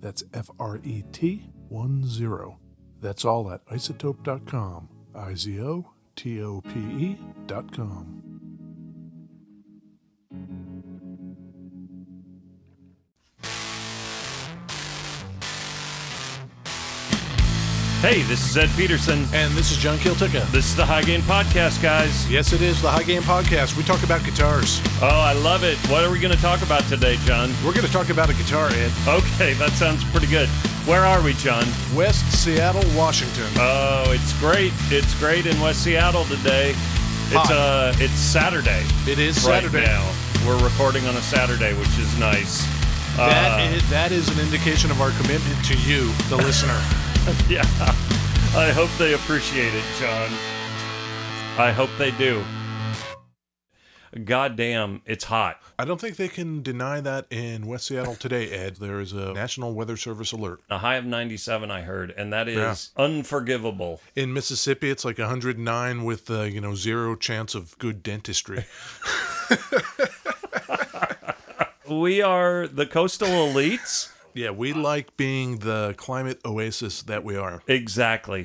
That's F R E T 1 0. That's all at isotope.com. I Z O T O P E E.com. Hey, this is Ed Peterson. And this is John Kiltica. This is the High Gain Podcast, guys. Yes, it is the High Gain Podcast. We talk about guitars. Oh, I love it. What are we going to talk about today, John? We're going to talk about a guitar, Ed. Okay, that sounds pretty good. Where are we, John? West Seattle, Washington. Uh, Oh, it's great. It's great in West Seattle today. It's Hot. uh it's Saturday. It is right Saturday. now. We're recording on a Saturday, which is nice. That Uh. is- that is an indication of our commitment to you, the listener. Yeah. I hope they appreciate it, John. I hope they do. God damn, it's hot. I don't think they can deny that in West Seattle today, Ed. There is a National Weather Service alert. A high of 97, I heard, and that is Yeah. unforgivable. In Mississippi, it's like 109 with, uh, you know, zero chance of good dentistry. We are the coastal elites. yeah, we like being the climate oasis that we are. exactly.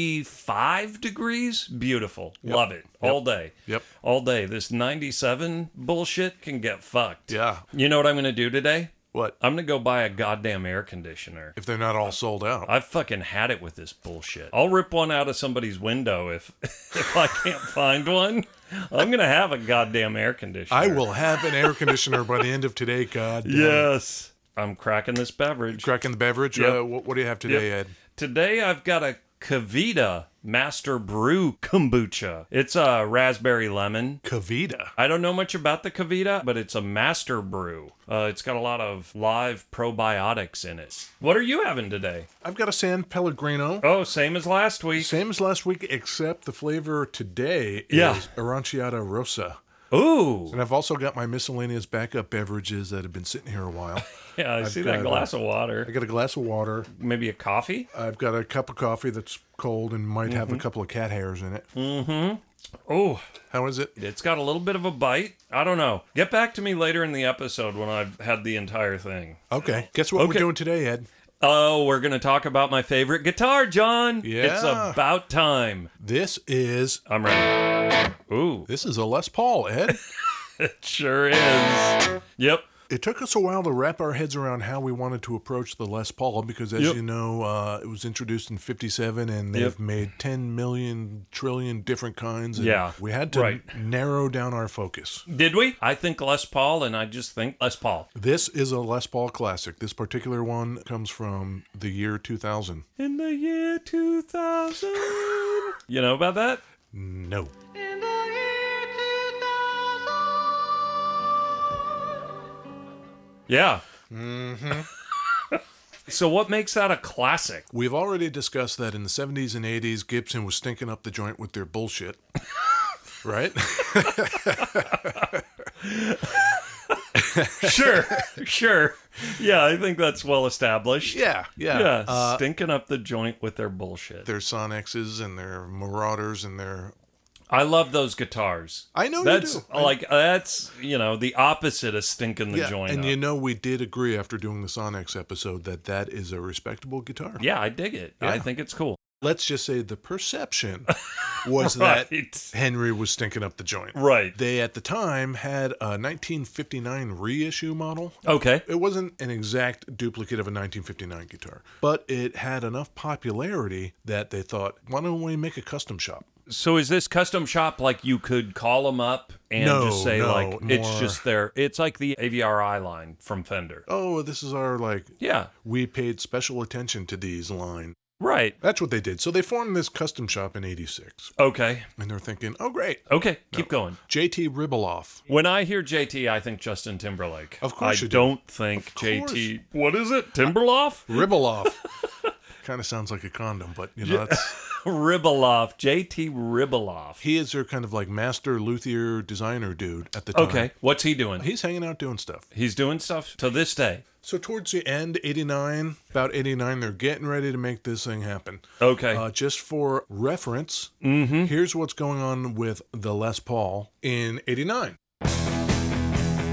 75 degrees. Beautiful. Love it. All day. Yep. All day. This 97 bullshit can get fucked. Yeah. You know what I'm going to do today? What? I'm going to go buy a goddamn air conditioner. If they're not all sold out. I've fucking had it with this bullshit. I'll rip one out of somebody's window if if I can't find one. I'm going to have a goddamn air conditioner. I will have an air conditioner by the end of today, God. damn it. Yes. I'm cracking this beverage. Cracking the beverage. Uh, what, what do you have today, Ed? Today I've got a Kavita Master Brew Kombucha. It's a raspberry lemon. Kavita. I don't know much about the Kavita, but it's a master brew. Uh, it's got a lot of live probiotics in it. What are you having today? I've got a San Pellegrino. Oh, same as last week. Same as last week, except the flavor today is Yeah. Aranciata Rosa. Ooh, And I've also got my miscellaneous backup beverages that have been sitting here a while. yeah, I see got, that uh, glass of I water. got a glass of water. Maybe a coffee? I've got a cup of coffee that's cold and might have Mm-hmm. a couple of cat hairs in it. Oh, How is it? it's got a little bit of a bite. I don't know. Get back to me later in the episode when I've had the entire thing. Okay. Guess what we're Okay. doing today, Ed? Oh, we're going to talk about my favorite guitar, John. It's Yeah. about time. This is I'm ready. Ooh, this is a Les Paul, Ed. it sure is. Yep. it took us a while to wrap our heads around how we wanted to approach the Les Paul because, as Yep. you know, uh, it was introduced in '57, and they've Yep. made 10 million trillion different kinds. and Yeah, we had to right. narrow down our focus. Did we? I think Les Paul, and I just think Les Paul. This is a Les Paul classic. This particular one comes from the year 2000. In the year 2000. you know about that? No. In the year 2000. Yeah. Mm-hmm. so, what makes that a classic? We've already discussed that in the 70s and 80s, Gibson was stinking up the joint with their bullshit. right? sure, sure. Yeah, I think that's well established. Yeah, yeah. Yeah, Uh, stinking up the joint with their bullshit. their Sonics and their Marauders and their. I love those guitars. I know that's Oh, you do. I- like that's you know the opposite of stinking the yeah, joint. and up. you know we did agree after doing the Sonics episode that that is a respectable guitar. yeah, I dig it. I Yeah. think it's cool. Let's just say the perception was that Right. Henry was stinking up the joint. Right. They at the time had a 1959 reissue model. Okay. It wasn't an exact duplicate of a 1959 guitar, but it had enough popularity that they thought, why don't we make a custom shop? So is this custom shop like you could call them up and No, just say no, like it's more- just their it's like the AVRI line from Fender. Oh, this is our like Yeah. we paid special attention to these line. Right. That's what they did. So they formed this custom shop in 86. Okay. And they're thinking, "Oh great. Okay. Keep going. JT Riboloff. When I hear JT, I think Justin Timberlake. Of course I you do. don't think JT. What is it? Timberloff? Riboloff." kind of sounds like a condom, but you know, that's, Riboloff. JT Riboloff. he is their kind of like master luthier designer dude at the time. Okay. What's he doing? He's hanging out doing stuff. He's doing stuff to this day. So towards the end, 89, about 89, they're getting ready to make this thing happen. Okay. Mm-hmm. Uh, just for reference, here's what's going on with the Les Paul in 89.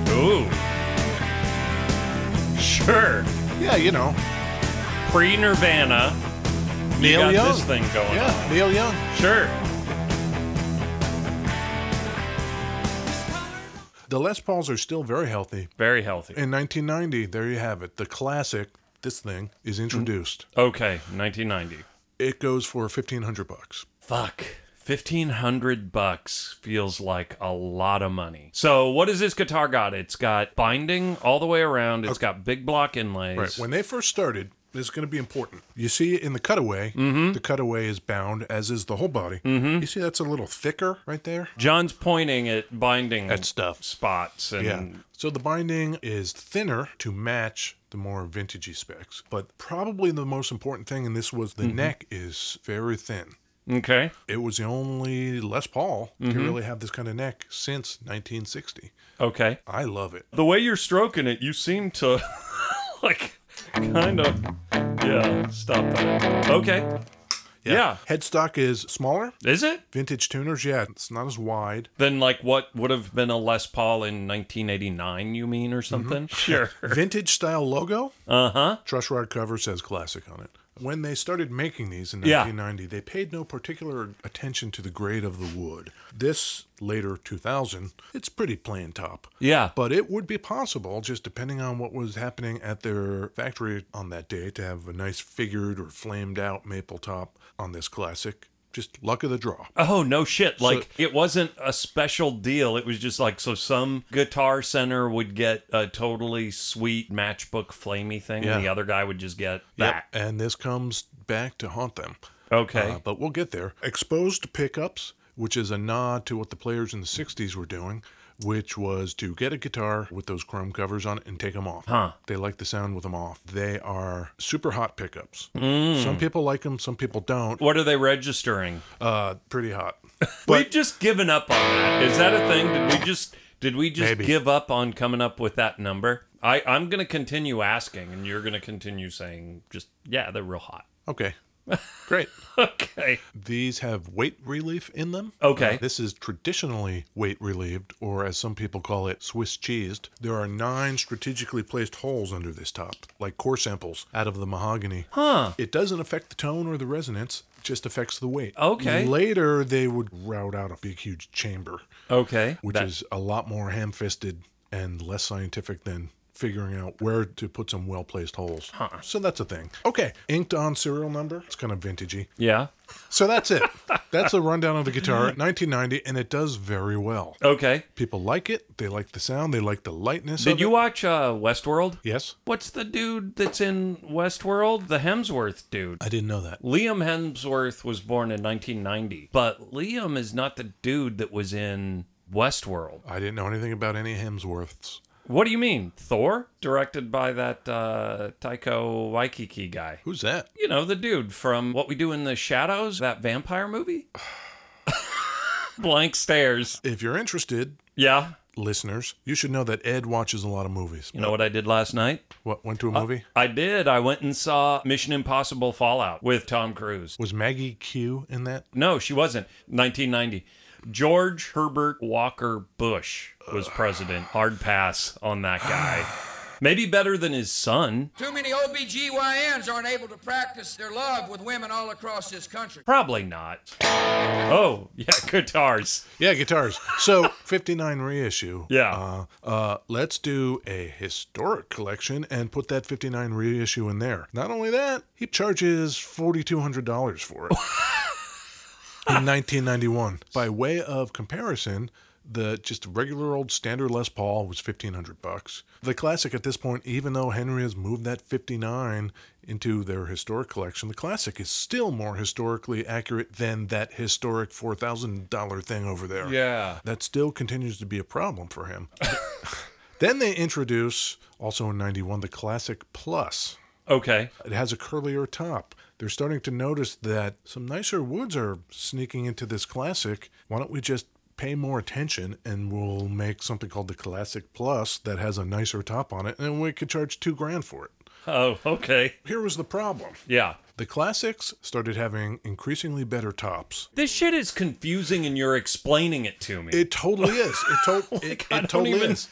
Ooh. Sure. Yeah, you know, Pre Nirvana. You Neil got Young. this thing going yeah, Neil Young. on. Sure. The Les Pauls are still very healthy. Very healthy. In 1990, there you have it. The classic, this thing, is introduced. Okay. 1990. It goes for 1500 bucks. Fuck. 1500 bucks feels like a lot of money. So, what has this guitar got? It's got binding all the way around. It's got big block inlays. Right. When they first started, this is going to be important. You see in the cutaway, the cutaway is bound, as is the whole body. You see that's a little thicker right there? John's pointing at binding That stuff. spots and Yeah. So the binding is thinner to match the more vintagey specs. But probably the most important thing in this was the neck is very thin. okay. It was the only Les Paul to really have this kind of neck since 1960. Okay. I love it. The way you're stroking it, you seem to like kind of yeah, stop that. Okay. Yeah. Headstock is smaller. Is it? Vintage tuners, yeah, it's not as wide. Then like what would have been a Les Paul in 1989, you mean or Mm-hmm. something? Sure. Vintage style logo. Uh-huh. Truss rod cover says classic on it. When they started making these in Yeah. 1990, they paid no particular attention to the grade of the wood. This later 2000, it's pretty plain top. Yeah. But it would be possible, just depending on what was happening at their factory on that day, to have a nice figured or flamed out maple top on this classic. Just luck of the draw. Oh no shit! Like it wasn't a special deal. It was just like so. Some guitar center would get a totally sweet matchbook flamey thing, Yeah. and the other guy would just get Yep. that. And this comes back to haunt them. Okay, Uh, but we'll get there. Exposed pickups, which is a nod to what the players in the 60s were doing, which was to get a guitar with those chrome covers on it and take them off. Huh. They like the sound with them off. They are super hot pickups. Some people like them, some people don't. what are they registering? Uh, pretty hot. We've just given up on that. Is that a thing? Did we just did we just Maybe. give up on coming up with that number? I I'm gonna continue asking, and you're gonna continue saying just yeah, they're real hot. Okay. Great. Okay, These have weight relief in them. Okay. this is traditionally weight relieved, or as some people call it, Swiss cheesed. There are nine strategically placed holes under this top, like core samples out of the mahogany. Huh. It doesn't affect the tone or the resonance, just affects the weight. Okay. Later, they would route out a big, huge chamber, okay, which That- is a lot more ham fisted and less scientific than. Figuring out where to put some well placed holes. Huh. So that's a thing. Okay, inked on serial number. It's kind of vintagey. yeah. So that's it. That's a rundown of the guitar, 1990, and it does very well. Okay, People like it. They like the sound. They like the lightness. did of you It. watch uh, Westworld? Yes, What's the dude that's in Westworld? The Hemsworth dude. I didn't know that. Liam Hemsworth was born in 1990, but Liam is not the dude that was in Westworld. I didn't know anything about any Hemsworths. What do you mean? Thor? Directed by that uh, Taiko Waikiki guy. Who's that? You know, the dude from What We Do in the Shadows, that vampire movie? Blank stares. If you're interested, Yeah. listeners, you should know that Ed watches a lot of movies. You know what I did last night? What went to a movie? I did. I went and saw Mission Impossible Fallout with Tom Cruise. Was Maggie Q in that? No, she wasn't. 1990. George Herbert Walker Bush was president. Hard pass on that guy. Maybe better than his son. Too many OBGYNs aren't able to practice their love with women all across this country. Probably not. Oh, yeah, guitars. Yeah, guitars. So 59 reissue. Yeah. Uh, uh, let's do a historic collection and put that 59 reissue in there. Not only that, he charges $4,200 for it. in 1991. By way of comparison, the just regular old standard Les Paul was 1500 bucks. The classic at this point, even though Henry has moved that 59 into their historic collection, the classic is still more historically accurate than that historic $4,000 thing over there. Yeah. That still continues to be a problem for him. then they introduce, also in 91, the Classic Plus. Okay. It has a curlier top. They're starting to notice that some nicer woods are sneaking into this classic. Why don't we just pay more attention and we'll make something called the Classic Plus that has a nicer top on it and we could charge two grand for it. Oh, okay. Here was the problem. Yeah. The classics started having increasingly better tops. This shit is confusing and you're explaining it to me. It totally is. It, to- it, I don't it totally even- is.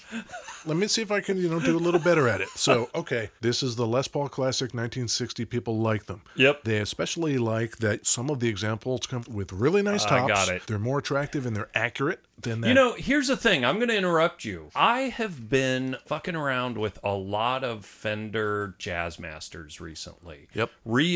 Let me see if I can, you know, do a little better at it. So, okay, this is the Les Paul Classic 1960. People like them. Yep. They especially like that some of the examples come with really nice I tops. got it. They're more attractive and they're accurate than that. You know, here's the thing. I'm going to interrupt you. I have been fucking around with a lot of Fender Jazzmasters recently. Yep.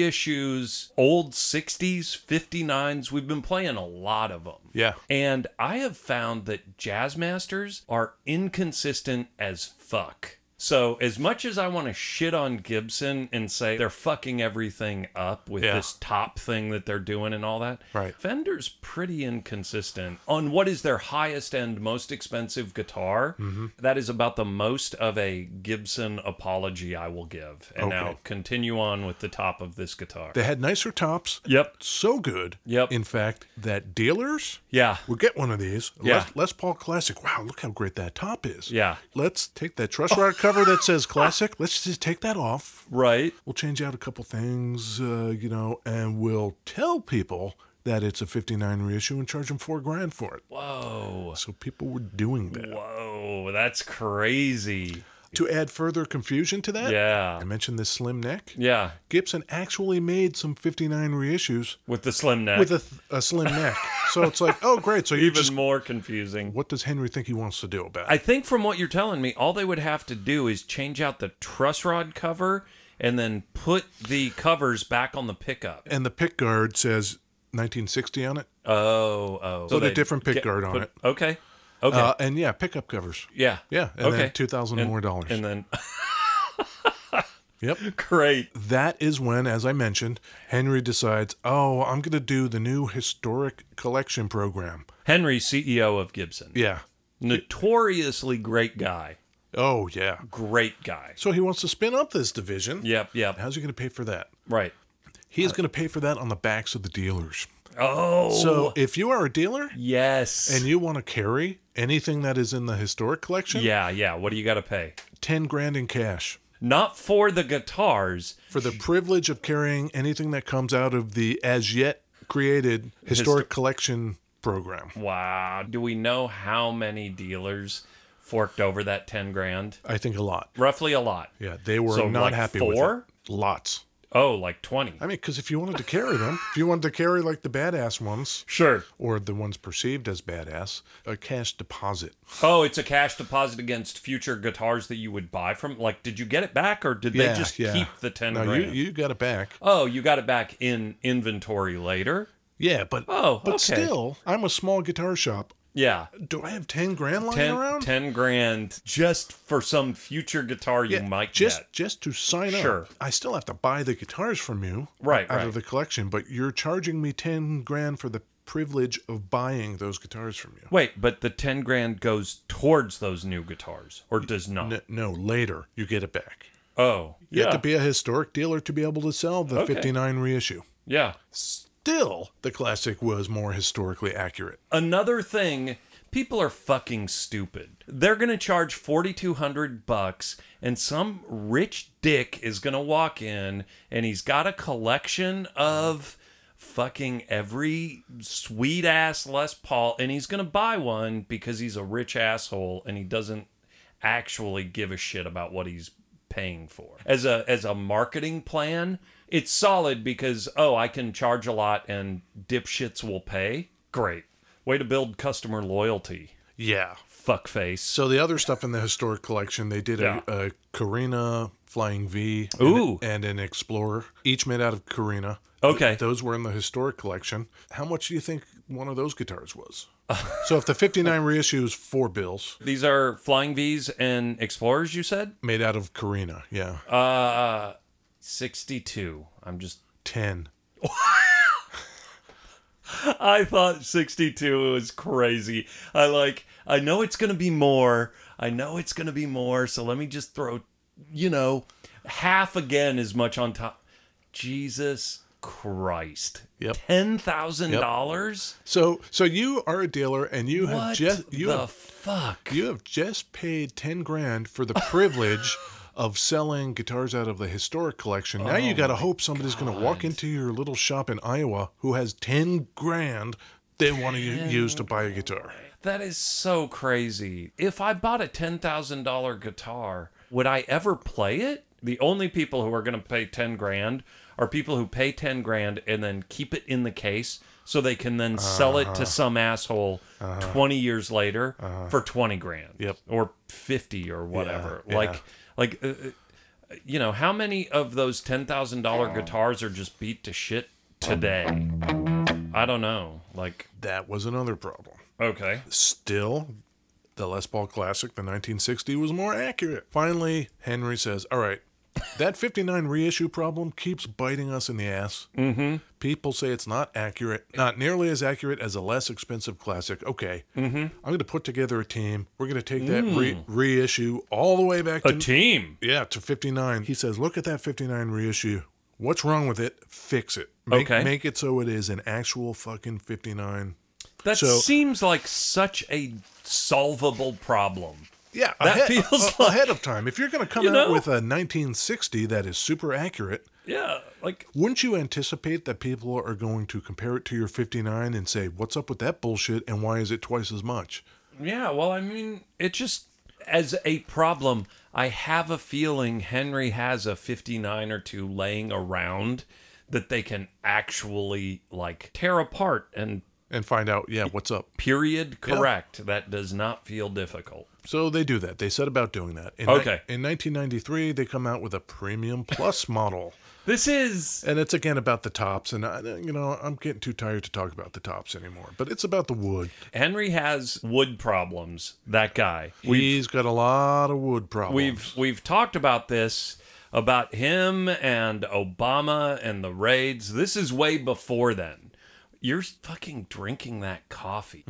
Reissues, old 60s, 59s. We've been playing a lot of them. Yeah. And I have found that Jazzmasters are inconsistent as fuck. So, as much as I want to shit on Gibson and say they're fucking everything up with Yeah. this top thing that they're doing and all that, Right. Fender's pretty inconsistent on what is their highest end, most expensive guitar. Mm-hmm. That is about the most of a Gibson apology I will give. And now Okay. continue on with the top of this guitar. they had nicer tops. yep. So good. Yep. In fact, that dealers Yeah. will get one of these. Yeah. Les, Les Paul Classic. Wow, look how great that top is. Yeah. Let's take that truss rod cover that says classic. Let's just take that off. Right. we'll change out a couple things, uh, you know, and we'll tell people that it's a 59 reissue and charge them four grand for it. Whoa. So people were doing that. Whoa. That's crazy. To add further confusion to that, Yeah. I mentioned this slim neck. Yeah. Gibson actually made some 59 reissues With the slim neck. with a, th- a slim neck. So it's like, oh, great. So you Even just, more confusing. what does Henry think he wants to do about I it? think from what you're telling me, all they would have to do is change out the truss rod cover and then put the covers back on the pickup. and the pick guard says 1960 on it. Oh, oh. Put a they different pick get- guard on put- it. Okay. Okay. Uh, and yeah, pickup covers. yeah. Yeah. And okay. then 2000 And- more dollars. And then yep. great. that is when, as I mentioned, Henry decides, oh, I'm going to do the new historic collection program. Henry, CEO of Gibson. Yeah. Notoriously great guy. Oh, yeah. Great guy. So he wants to spin up this division. Yep, yep. How's he going to pay for that? Right. He is going to pay for that on the backs of the dealers. Uh, Oh. So if you are a dealer yes. and you want to carry anything that is in the historic collection, yeah, yeah. What do you got to pay? 10 grand in cash. Not for the guitars. For the privilege of carrying anything that comes out of the as yet created historic collection program. Wow. Do we know how many dealers forked over that 10 grand? I think a lot. Roughly a lot. Yeah, they were So, not like, happy four? with it. Lots. Oh, like 20. I mean, because if you wanted to carry them, if you wanted to carry like the badass ones Sure. or the ones perceived as badass, a cash deposit. Oh, it's a cash deposit against future guitars that you would buy from. Like, did you get it back or did they just keep the 10 no, grand? you you got it back. oh, you got it back in inventory later? Yeah, but Oh, but okay. still, I'm a small guitar shop. Yeah. Do I have ten grand lying 10, around? 10 grand just for some future guitar you Yeah, might just get. just to sign Sure. up. I still have to buy the guitars from you, Right, out right. of the collection. But you're charging me ten grand for the privilege of buying those guitars from you. Wait, but the 10 grand goes towards those new guitars or does not? N- no, later you get it back. Oh, You yeah. have to be a historic dealer to be able to sell the Okay. 59 reissue. yeah. Still, the classic was more historically accurate. another thing People are fucking stupid. They're going to charge 4200 bucks and some rich dick is going to walk in and he's got a collection of fucking every sweet ass Les Paul and he's going to buy one because he's a rich asshole and he doesn't actually give a shit about what he's paying for. As a as a marketing plan, it's solid because oh, I can charge a lot and dipshits will pay. Great. Way to build customer loyalty. Yeah. Fuckface. So So the other stuff in the historic collection, they did Yeah. a, a Carina Flying V and- Ooh. And, an Explorer, each made out of Carina. Okay. Th- those were in the historic collection. How much do you think one of those guitars was? so if the 59 reissue is four bills, these are flying V's and explorers you said? made out of Carina, yeah, Uh 62. I'm just 10. I thought 62 was crazy. I like I know it's going to be more. I know it's going to be more, so let me just throw, you know, half again as much on top. Jesus Christ. Yep. $10,000? So so you are a dealer and you have What just you the have, fuck? you have just paid 10 grand for the privilege of selling guitars out of the historic collection. Now you got to hope somebody's going to walk into your little shop in Iowa who has 10 grand they want to use to buy a guitar. That is so crazy. If I bought a $10,000 guitar, would I ever play it? The only people who are going to pay 10 grand are people who pay 10 grand and then keep it in the case so they can then sell it Uh-huh. to some asshole 20 years later for 20 grand Yep. or 50 or whatever. yeah. Like like uh, uh, you know, how many of those $10,000 guitars are just beat to shit today? I don't know. Like That was another problem. okay. Still, the Les Paul Classic, the 1960, was more accurate. Finally, Henry says, All right, that 59 reissue problem keeps biting us in the ass. Mm-hmm. People say it's not accurate, not nearly as accurate as a less expensive classic. Okay, mm-hmm. I'm going to put together a team. We're going to take that re- reissue all the way back A to team. yeah, to 59. He says, look at that 59 reissue. What's wrong with it? Fix it. Make, Okay. Make it so it is an actual fucking 59. That So- seems like such a solvable problem. Yeah, That ahead, feels a- ahead of time. If you're going to come You out know? with a 1960 that is super accurate, Yeah, like wouldn't you anticipate that people are going to compare it to your 59 and say, "What's up with that bullshit and why is it twice as much?" yeah, well I mean, it just as a problem, I have a feeling Henry has a 59 or two laying around that they can actually like tear apart and And find out, yeah, what's up. period correct. That does not feel difficult. So they do that. They set about doing that. In Okay. in 1993, they come out with a premium plus model. This is And it's again about the tops, and I, you know I'm getting too tired to talk about the tops anymore. But it's about the wood. Henry has wood problems, that guy. He's got a lot of wood problems. we've we've talked about this about him and Obama and the raids. This is way before then. You're fucking drinking that coffee.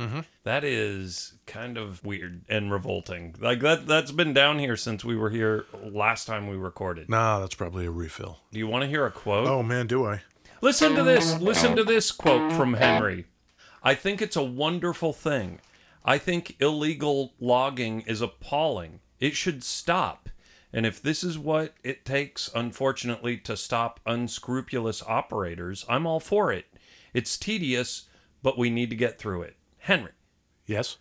That is kind of weird and revolting. Like that that's been down here since we were here last time we recorded. nah, that's probably a refill. Do you want to hear a quote? Oh man, do I? Listen to this. Listen to this quote from Henry. I think it's a wonderful thing. I think illegal logging is appalling. It should stop. And if this is what it takes, unfortunately, to stop unscrupulous operators, I'm all for it. It's tedious, but we need to get through it. Henry. Yes.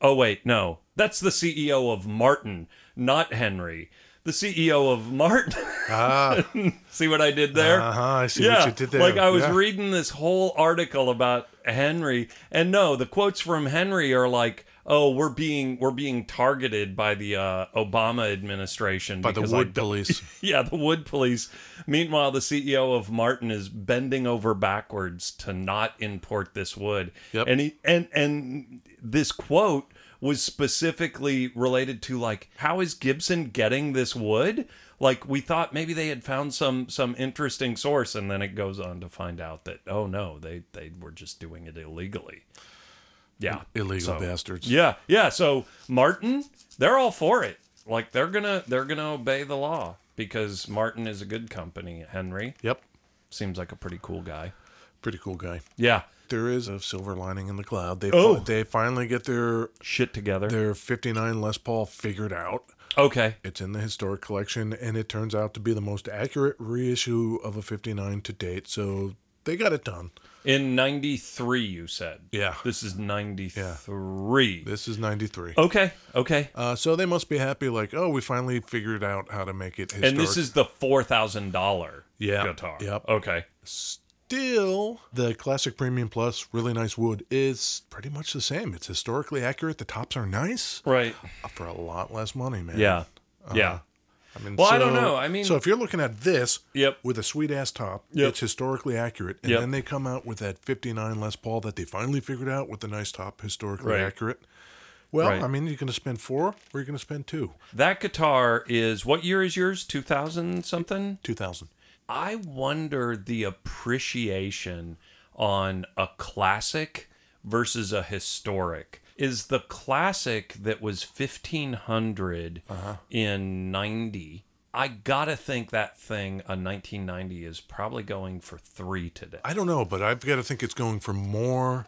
Oh, wait, no. That's the CEO of Martin, not Henry. The CEO of Martin. Ah, See what I did there? uh-huh, I see yeah, what you did there. like I was Yeah. reading this whole article about Henry, and no, the quotes from Henry are like, "Oh, we're being we're being targeted by the uh, Obama administration by the because I wood police. yeah, the wood police. Meanwhile, the CEO of Martin is bending over backwards to not import this wood. Yep. And he and and this quote was specifically related to like how is Gibson getting this wood? Like we thought maybe they had found some some interesting source and then it goes on to find out that oh no, they they were just doing it illegally. Yeah. Illegal So- bastards. Yeah, yeah. So Martin, they're all for it. Like they're gonna they're gonna obey the law because Martin is a good company. Henry Yep. seems like a pretty cool guy. Pretty cool guy. Yeah. There is a silver lining in the cloud. They Oh. they finally get their Shit together. their 59 Les Paul figured out. Okay. It's in the historic collection, and it turns out to be the most accurate reissue of a 59 to date. So they got it done. In 93, you said. Yeah. This is 93. This is 93. Okay. Okay. Uh, so they must be happy, like, oh, we finally figured out how to make it historic. and this is the $4,000 Yeah. guitar. Yep. Okay. still the classic premium plus, really nice wood is pretty much the same. It's historically accurate. The tops are nice Right. uh, for a lot less money, man. Yeah. Uh-huh. Yeah. I mean, Well, I don't know. I mean- so if you're looking at this Yep. with a sweet ass top, Yep. it's historically accurate, and Yep. then they come out with that 59 Les Paul that they finally figured out with the nice top, historically Right. accurate. Well, Right. I mean, you're going to spend four, or you're going to spend two, That guitar is what year is yours? 2000 something? two thousand. I wonder the appreciation on a classic versus a historic. Is the classic that was 1500 in 90? I gotta think that thing a 1990 is probably going for three today. I don't know, but I've got to think it's going for more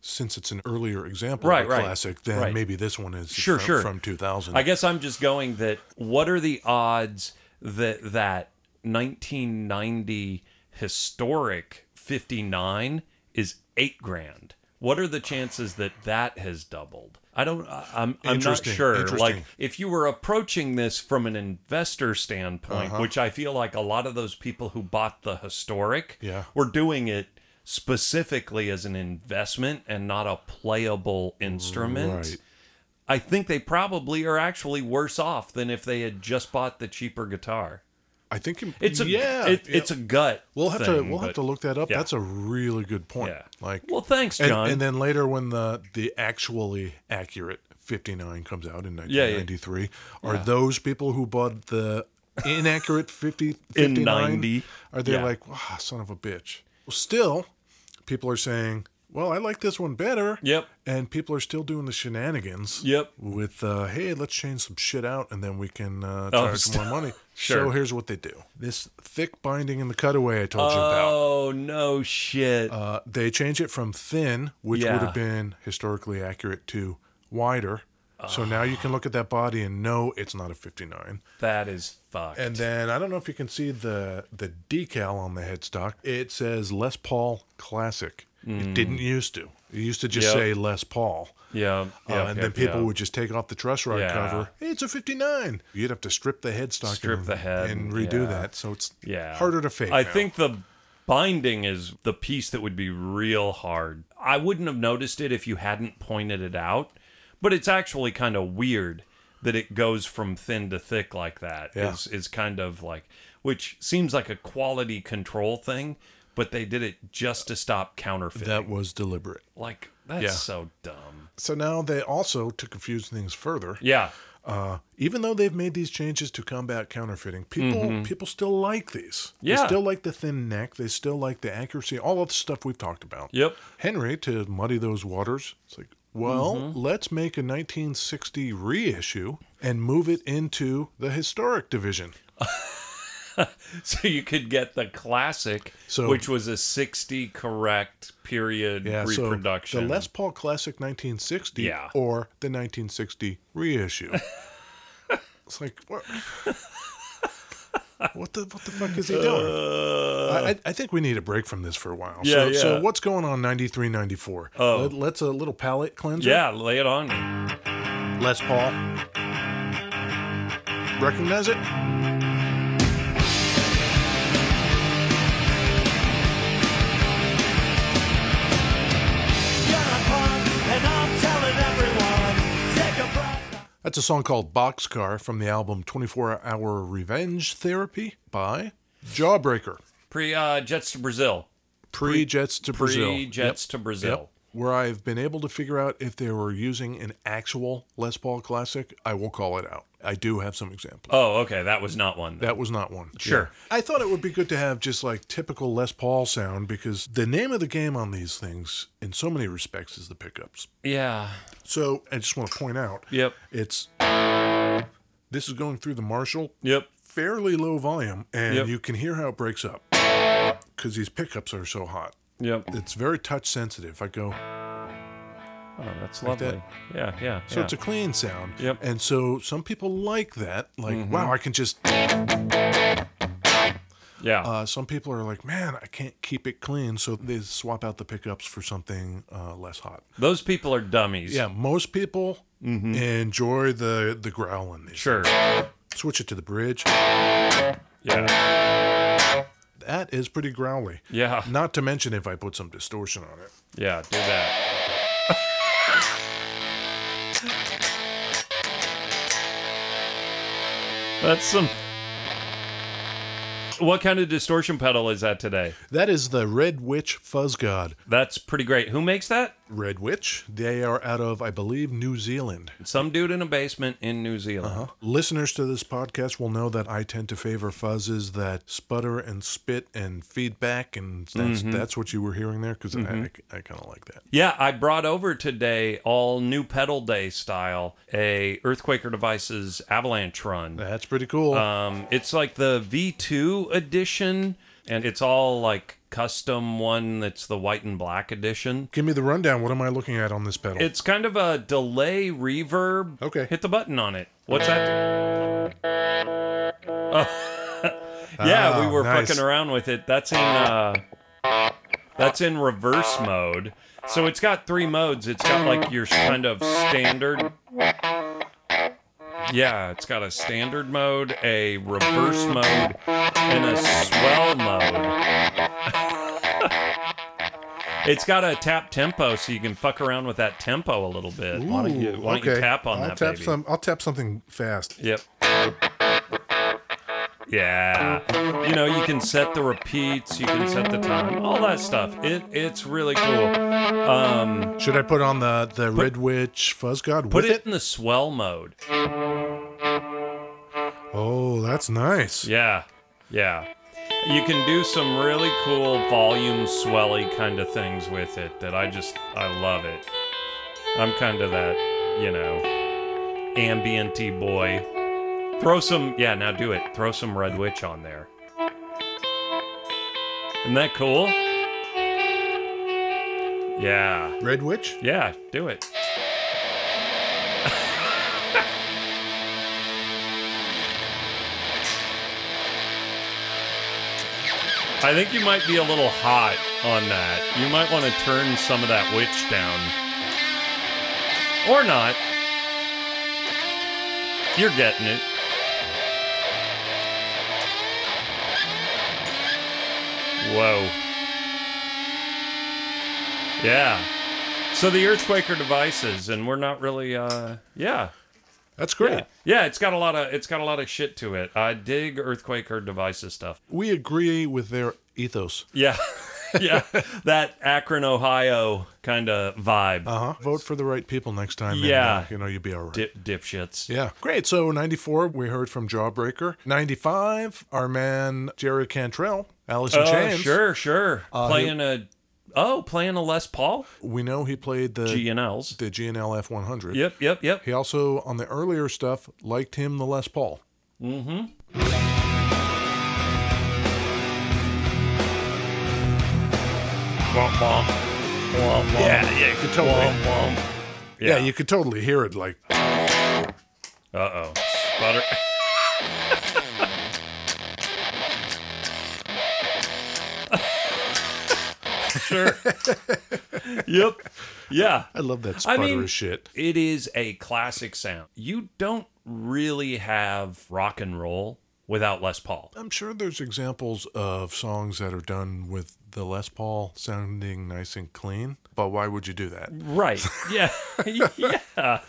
since it's an earlier example Right, of a right, classic than right. maybe this one is Sure, from, sure. from 2000. I guess I'm just going that what are the odds that that 1990 historic 59 is 8 grand? What are the chances that that has doubled? I don't I- I'm I'm not Interesting, sure. Like interesting. if you were approaching this from an investor standpoint, Uh-huh. which I feel like a lot of those people who bought the historic Yeah. were doing it specifically as an investment and not a playable instrument. Right. I think they probably are actually worse off than if they had just bought the cheaper guitar. I think it- It's a yeah, it, yeah. it's a gut. We'll have to thing, we'll but- have to look that up. yeah. That's a really good point. Yeah. Like Well, thanks, and, John. and then later when the the actually accurate 59 comes out in Yeah, yeah. 1993, are those people who bought the inaccurate 50 In 59, 90, Are they yeah. like, "Ah, son of a bitch." Well, still people are saying, "Well, I like this one better." Yep. And people are still doing the shenanigans. Yep. With uh, hey, let's change some shit out, and then we can uh, Oh, charge st- more money. Sure. So here's what they do: this thick binding in the cutaway I told you about. oh no shit. Uh, they change it from thin, which Yeah. would have been historically accurate, to wider. Ah. So now you can look at that body and know it's not a 59. that is fucked. And then I don't know if you can see the the decal on the headstock. It says Les Paul Classic. It didn't used to. It used to just Hmm. Yep. say Les Paul. yeah, Uh, yeah, and yeah, then people yeah. would just take off the truss rod Yeah. cover. Hey, it's a 59. You'd have to strip the headstock Strip and, the head and and- redo yeah. that. So it's yeah harder to fake. I now. think the binding is the piece that would be real hard. I wouldn't have noticed it if you hadn't pointed it out, but it's actually kind of weird that it goes from thin to thick like that. Yeah. Is is kind of like which seems like a quality control thing, but they did it just to stop counterfeiting. that was deliberate. like that's Yeah. so dumb. So now they also, to confuse things further, Yeah. uh, even though they've made these changes to combat counterfeiting, people people still like these. Mm-hmm. Yeah. They still like the thin neck. They still like the accuracy. All of the stuff we've talked about. Yep. Henry, to muddy those waters, it's like, well, let's make a 1960 reissue and move it into the historic division. So you could get the classic, So- which was a sixty correct period so reproduction. the Les Paul Classic 1960 Yeah. or the 1960 reissue. it's like, what? what, the, what the fuck is he doing? I, I- I think we need a break from this for a while. so, Uh. Yeah, yeah. so what's going on 93, 94? Oh. Let, let's a little palate cleanser. yeah, lay it on me. Les Paul. Recognize it? That's a song called Boxcar from the album 24 Hour Revenge Therapy by Jawbreaker. Pre uh, Jets to Brazil. Pre Jets to Brazil. Pre Jets to Brazil. Yep. Where I've been able to figure out if they were using an actual Les Paul classic, I will call it out. I do have some examples. Oh, okay. That was not one. then. That was not one. Sure. Yeah. I thought it would be good to have just like typical Les Paul sound because the name of the game on these things, in so many respects, is the pickups. Yeah. So I just want to point out Yep. it's this is going through the Marshall, Yep. fairly low volume, and Yep. you can hear how it breaks up because these pickups are so hot. Yep. It's very touch sensitive. I go, Oh, that's lovely. that. Yeah, yeah. so yeah. it's a clean sound. Yep. And so some people like that. Like, wow, I can just. yeah. Uh, some people are like, man, I can't keep it clean. So they swap out the pickups for something uh, less hot. Those people are dummies. Yeah, most people enjoy the the growling. They Sure. Switch it to the bridge. Yeah. That is pretty growly. Yeah. Not to mention if I put some distortion on it. Yeah. Do that. That's some. What kind of distortion pedal is that today? That is the Red Witch Fuzz God. That's pretty great. Who makes that? Red Witch. They are out of, I believe, New Zealand. Some dude in a basement in New Zealand. Listeners to this podcast will know that I tend to favor fuzzes that sputter and spit and feedback, and that's that's what you were hearing there because I, I, kind of like that. Yeah, I brought over today, all new pedal day style, a Earthquaker Devices Avalanche Run. That's pretty cool. Um, it's like the V2 edition, and it's all like custom one that's the white and black edition. Give me the rundown. What am I looking at on this pedal? It's kind of a delay reverb. Okay. Hit the button on it. What's that? Oh. yeah, Ah, we were nice. fucking around with it. That's in uh that's in reverse mode. So it's got three modes. It's got like your kind of standard yeah, it's got a standard mode, a reverse mode, and a swell mode. it's got a tap tempo, so you can fuck around with that tempo a little bit. why don't you, why don't you tap on I'll that, tap baby? Some, I'll tap something fast. Yep. Yeah. You know, you can set the repeats, you can set the time, all that stuff. It it's really cool. Should I put on the the Red Witch Fuzz God? Put with it in the swell mode. Oh, that's nice. Yeah, yeah. You can do some really cool volume swelly kind of things with it that I just I love it. I'm kind of that, you know, ambienty boy. Throw some yeah, now do it. Throw some Red Witch on there. Isn't that cool? Yeah. Red Witch. Yeah, do it. I think you might be a little hot on that. You might want to turn some of that witch down. Or not. You're getting it. Whoa. Yeah. So the Earthquaker devices, and we're not really, uh, yeah, That's great. yeah, yeah. It's got a lot of, it's got a lot of shit to it. I dig Earthquaker devices stuff. We agree with their ethos. Yeah, yeah. that Akron, Ohio kind of vibe. Uh huh. Vote for the right people next time. and, Uh-huh. Yeah. uh, you know you'll be all right. Dip, dipshits. Yeah. Great. So 94, we heard from Jawbreaker. 95, our man Jerry Cantrell, Alice in Oh, Chains. sure, sure. Uh, playing a, oh, playing a Les Paul We know he played the G and L's. the GNL F100. Yep, yep, yep. He also, on the earlier stuff, liked him the Les Paul. Yeah, yeah. You could totally- Yeah. you could totally hear it. Like, Uh oh. Sputter. sure. yep. Yeah. I love that I sputter mean, as shit. It is a classic sound. You don't really have rock and roll without Les Paul. I'm sure there's examples of songs that are done with the Les Paul sounding nice and clean, but why would you do that? Right. Yeah. yeah.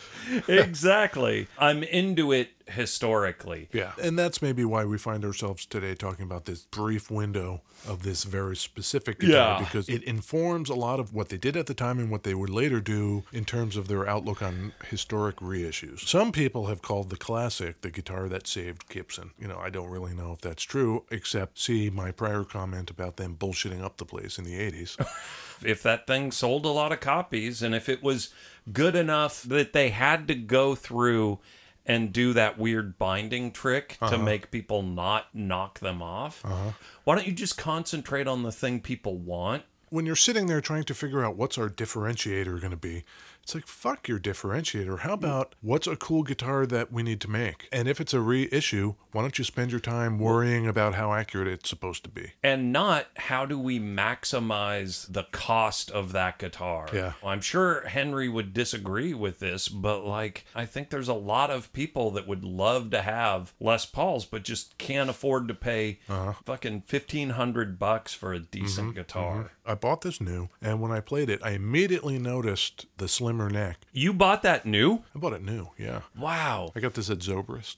Exactly. I'm into it historically. Yeah. And that's maybe why we find ourselves today talking about this brief window of this very specific guitar Yeah. because it informs a lot of what they did at the time and what they would later do in terms of their outlook on historic reissues. Some people have called the classic the guitar that saved Gibson. You know, I don't really know if that's true, except see my prior comment about them bullshitting up the place in the 80s. if that thing sold a lot of copies and if it was good enough that they had to go through and do that weird binding trick to make people not knock them off. Why don't you just concentrate on the thing people want when you're sitting there trying to figure out what's our differentiator going to be, it's like, fuck your differentiator. How about what's a cool guitar that we need to make? And if it's a reissue, why don't you spend your time worrying about how accurate it's supposed to be? and not how do we maximize the cost of that guitar. Yeah. I'm sure Henry would disagree with this, but like I think there's a lot of people that would love to have Les Pauls but just can't afford to pay Uh-huh. fucking 1500 bucks for a decent Mm-hmm. guitar. I bought this new, and when I played it, I immediately noticed the slimmer neck. You bought that new? I bought it new, yeah. Wow. I got this at Zobrist.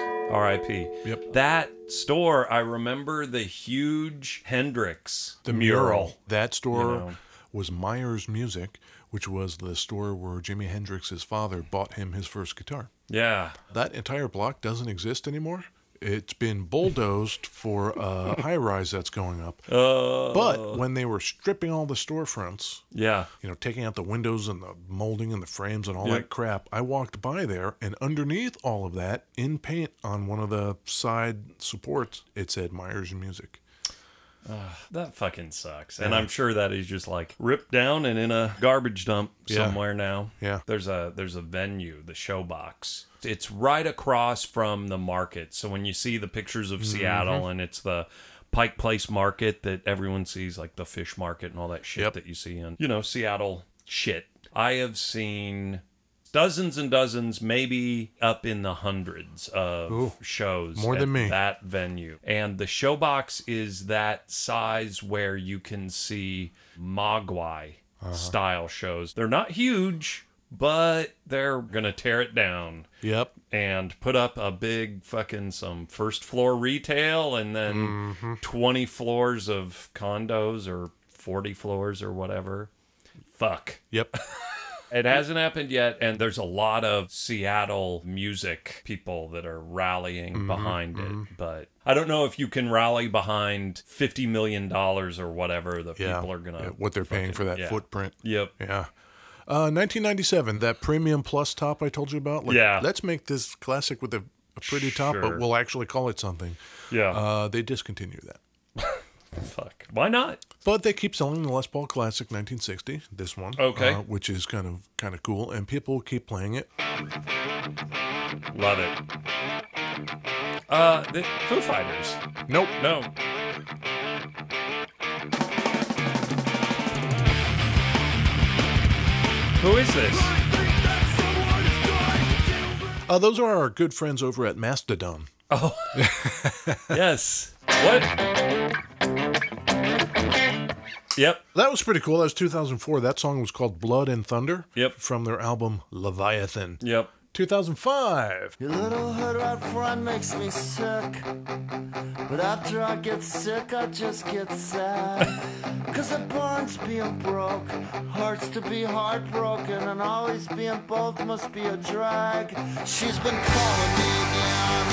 R.I.P. Yep. That store, I remember the huge Hendrix That store know. was Myers Music, which was the store where Jimi Hendrix's father bought him his first guitar. Yeah. That entire block doesn't exist anymore. It's been bulldozed for a high rise that's going up. Oh. But when they were stripping all the storefronts, Yeah. you know, taking out the windows and the molding and the frames and all Yeah. that crap, I walked by there and underneath all of that, in paint on one of the side supports, it said Myers Music. That fucking sucks. And I'm sure that is just like ripped down and in a garbage dump Yeah. somewhere now. Yeah. There's a there's a venue, the Showbox. It's right across from the market. So when you see the pictures of Mm-hmm. Seattle and it's the Pike Place market that everyone sees like the fish market and all that shit Yep. that you see in, you know, Seattle shit. I have seen dozens and dozens, maybe up in the hundreds of shows more at than me. That venue. And the showbox is that size where you can see Mogwai style shows. They're not huge, but they're going to tear it down Yep. and put up a big fucking some first floor retail and then 20 floors of condos or 40 floors or whatever. Fuck. Yep. It hasn't happened yet, and there's a lot of Seattle music people that are rallying Mm-hmm, behind it. But I don't know if you can rally behind fifty million dollars or whatever the Yeah. people are gonna Yeah, what they're paying for that yeah. footprint. Yep. Yeah. Uh, 1997, that premium plus top I told you about. Like, Yeah. Let's make this classic with a, a pretty top, Sure. but we'll actually call it something. Yeah. Uh, they discontinue that. Fuck. Why not? But they keep selling the Les Paul Classic 1960, this one, Okay. uh, which is kind of kind of cool, and people keep playing it. Love it. Uh, the Foo Fighters. Nope, No. Who is this? uh, those are our good friends over at Mastodon. Yes. What? Yep. That was pretty cool. That was 2004. That song was called "Blood and Thunder." Yep. from their album Leviathan. Yep. 2005. Your little hood right front makes me sick. But after I get sick, I just get sad. Cause it burns being broke, hurts to be heartbroken, and always being both must be a drag. She's been calling me again.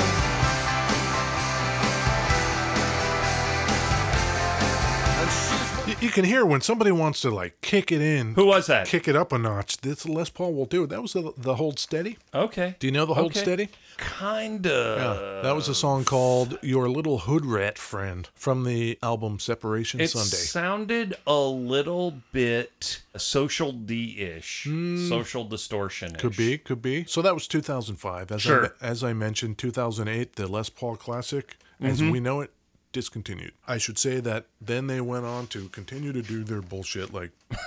And she's been Y- You can hear when somebody wants to like kick it in, Who was that? kick it up a notch. This Les Paul will do it. That was the, the Hold Steady. Okay. Do you know the Hold Okay. Uh, Steady? Kinda. that was a song called "Your Little Hood Rat Friend" from the album Separation It Sunday. sounded a little bit social D ish, social distortion. Hmm. Could be, could be. So that was 2005. As I, Sure. as I mentioned, 2008, the Les Paul Classic, as Mm-hmm. we know it, discontinued. I should say that then they went on to continue to do their bullshit. Like,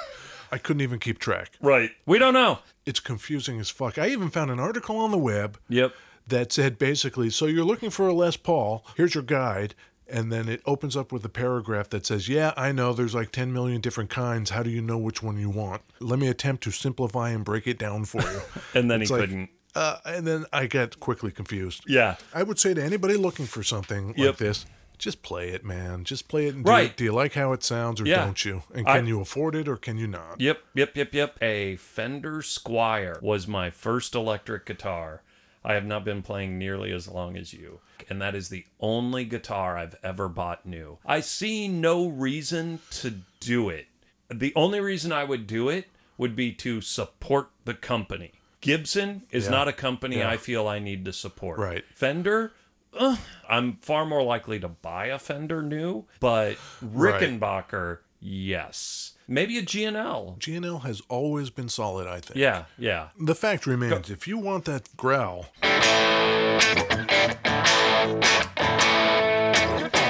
I couldn't even keep track. Right. We don't know. It's confusing as fuck. I even found an article on the web Yep. that said basically, so you're looking for a Les Paul, here's your guide. And then it opens up with a paragraph that says, Yeah, I know there's like 10 million different kinds. How do you know which one you want? Let me attempt to simplify and break it down for you. And then It's he like- couldn't. uh, and then I got quickly confused. Yeah. I would say to anybody looking for something Yep. like this, just play it, man. Just play it. And do Right. you- Do, you like how it sounds or Yeah. don't you? And I- can you afford it or can you not? Yep, yep, yep, yep. A Fender Squire was my first electric guitar. I have not been playing nearly as long as you. And that is the only guitar I've ever bought new. I see no reason to do it. The only reason I would do it would be to support the company. Gibson is not a company I feel I need to support. Right. Fender, uh, I'm far more likely to buy a Fender new, but Rickenbacker, Yes. Maybe a GNL. GNL has always been solid, I think. Yeah, yeah. The fact remains, if you want that growl,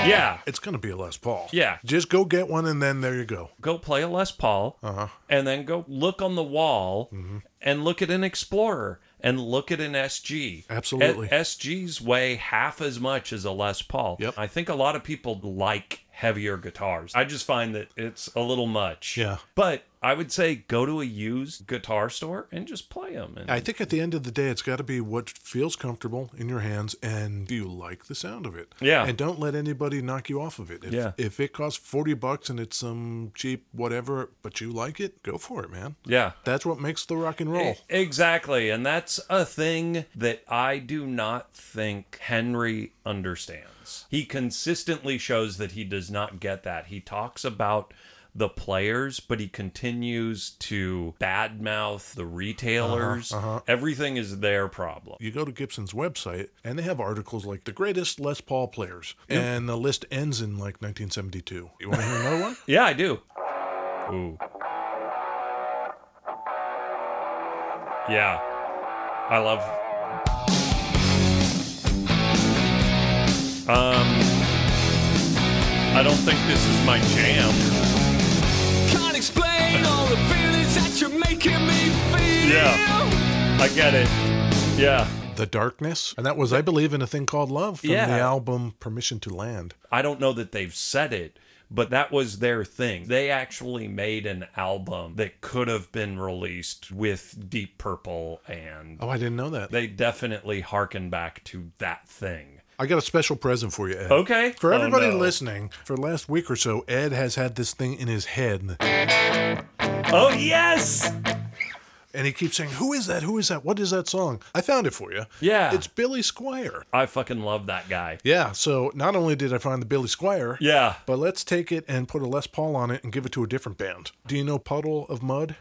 Yeah. it's going to be a Les Paul. Yeah. Just go get one and then there you go. Go play a Les Paul Uh-huh. and then go look on the wall Mm-hmm. and look at an Explorer and look at an SG. Absolutely. A- SGs weigh half as much as a Les Paul. Yep. I think a lot of people like heavier guitars. I just find that it's a little much. Yeah. But I would say go to a used guitar store and just play them. And I think at the end of the day, it's got to be what feels comfortable in your hands and do you like the sound of it? Yeah. And don't let anybody knock you off of it. If, Yeah. If it costs 40 bucks and it's some cheap whatever, but you like it, go for it, man. yeah. That's what makes the rock and roll. E- Exactly. And that's a thing that I do not think Henry understands. He consistently shows that he does not get that. He talks about the players, but he continues to badmouth the retailers. Everything is their problem. You go to Gibson's website and they have articles like the greatest Les Paul players, and the list ends in like 1972. You want to hear another one? Yeah, I do. Ooh. Yeah. I love. Um. I don't think this is my jam. Can't explain all the feelings that you're making me feel. Yeah. I get it. Yeah. The Darkness, and that was, I believe, in a thing called Love from Yeah. the album Permission to Land. I don't know that they've said it, but that was their thing. They actually made an album that could have been released with Deep Purple and Oh, I didn't know that. they definitely harken back to that thing. I got a special present for you, Ed. Okay. For Oh, everybody no. listening, for the last week or so, Ed has had this thing in his head, Oh yes. and he keeps saying, "Who is that? Who is that? What is that song?" I found it for you. Yeah. it's Billy Squire. I fucking love that guy. Yeah. So not only did I find the Billy Squire, Yeah. but let's take it and put a Les Paul on it and give it to a different band. Do you know Puddle of Mud?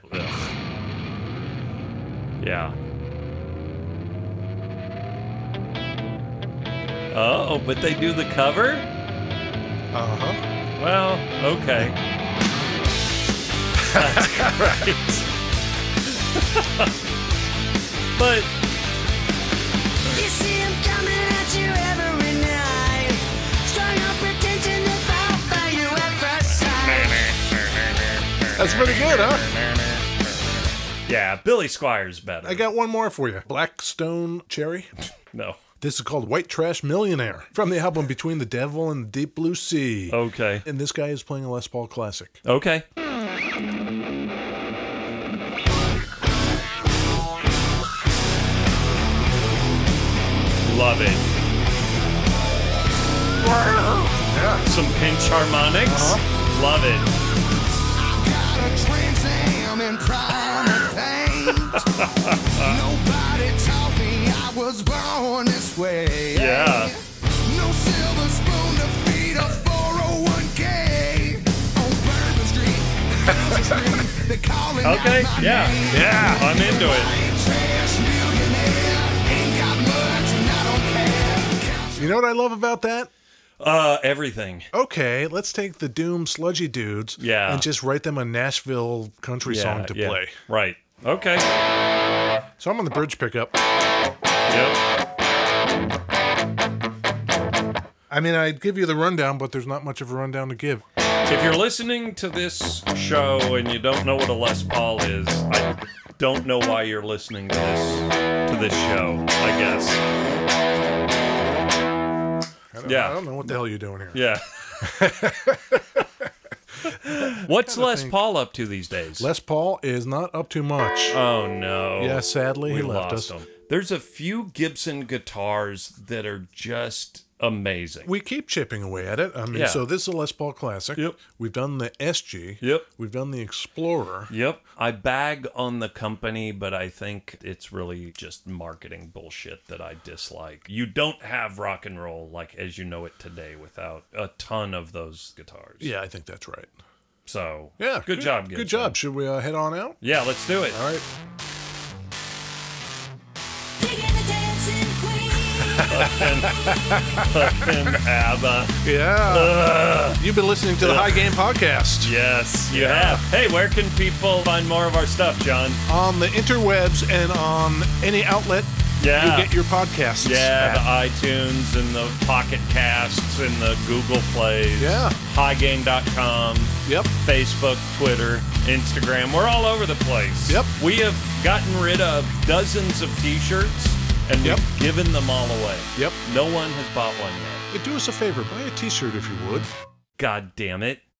Yeah. Oh, but they do the cover? Uh huh. Well, okay. That's right. but You see him coming at you every night. Strong up pretension to fall for you at first sight. That's pretty good, huh? yeah, Billy Squire's better. I got one more for you. Blackstone Cherry. no. This is called White Trash Millionaire from the album Between the Devil and the Deep Blue Sea. Okay. And this guy is playing a Les Paul classic. Okay. Love it. Some pinch harmonics. Uh-huh. Love it. Nobody taught me I was born this way. Yeah. No silver spoon to feed a 401k. On Bourbon Street, Bourbon Street, they calling out Okay. my Yeah. name. Yeah. I'm into it. Ain't trash millionaire, ain't got much and I don't care. You know what I love about that? Uh, everything. Okay, let's take the Doom Sludgy Dudes Yeah. and just write them a Nashville country song to yeah. play. Right. Okay. So I'm on the bridge pickup. Yep. I mean, I'd give you the rundown, but there's not much of a rundown to give. If you're listening to this show and you don't know what a Les Paul is, I don't know why you're listening to this to this show. I guess. I don't, Yeah. I don't know what the hell you're doing here. Yeah. What's Les Paul up to these days? Les Paul is not up to much. oh no. yeah, sadly, we he left us. lost him. There's a few Gibson guitars that are just amazing. We keep chipping away at it. I mean, Yeah. so this is a Les Paul classic. Yep. We've done the SG. Yep. We've done the Explorer. Yep. I bag on the company, but I think it's really just marketing bullshit that I dislike. You don't have rock and roll like as you know it today without a ton of those guitars. Yeah, I think that's right. So, Yeah. Good, job, Gibson. Good job. Should we uh, head on out? Yeah, let's do it. All right. Digging a dancing queen. And ABBA. Yeah. You've been listening to the High Game Podcast Yes, you have. Hey, where can people find more of our stuff, John? on the interwebs and on any outlet Yeah. you get your podcasts. Ah. Yeah, at. the iTunes and the Pocket Casts and the Google Plays. Yeah. Highgain.com, Yep. Facebook, Twitter, Instagram. We're all over the place. Yep. We have gotten rid of dozens of t shirts and Yep. we've given them all away. Yep. No one has bought one yet. But do us a favor, buy a T-shirt if you would. God damn it.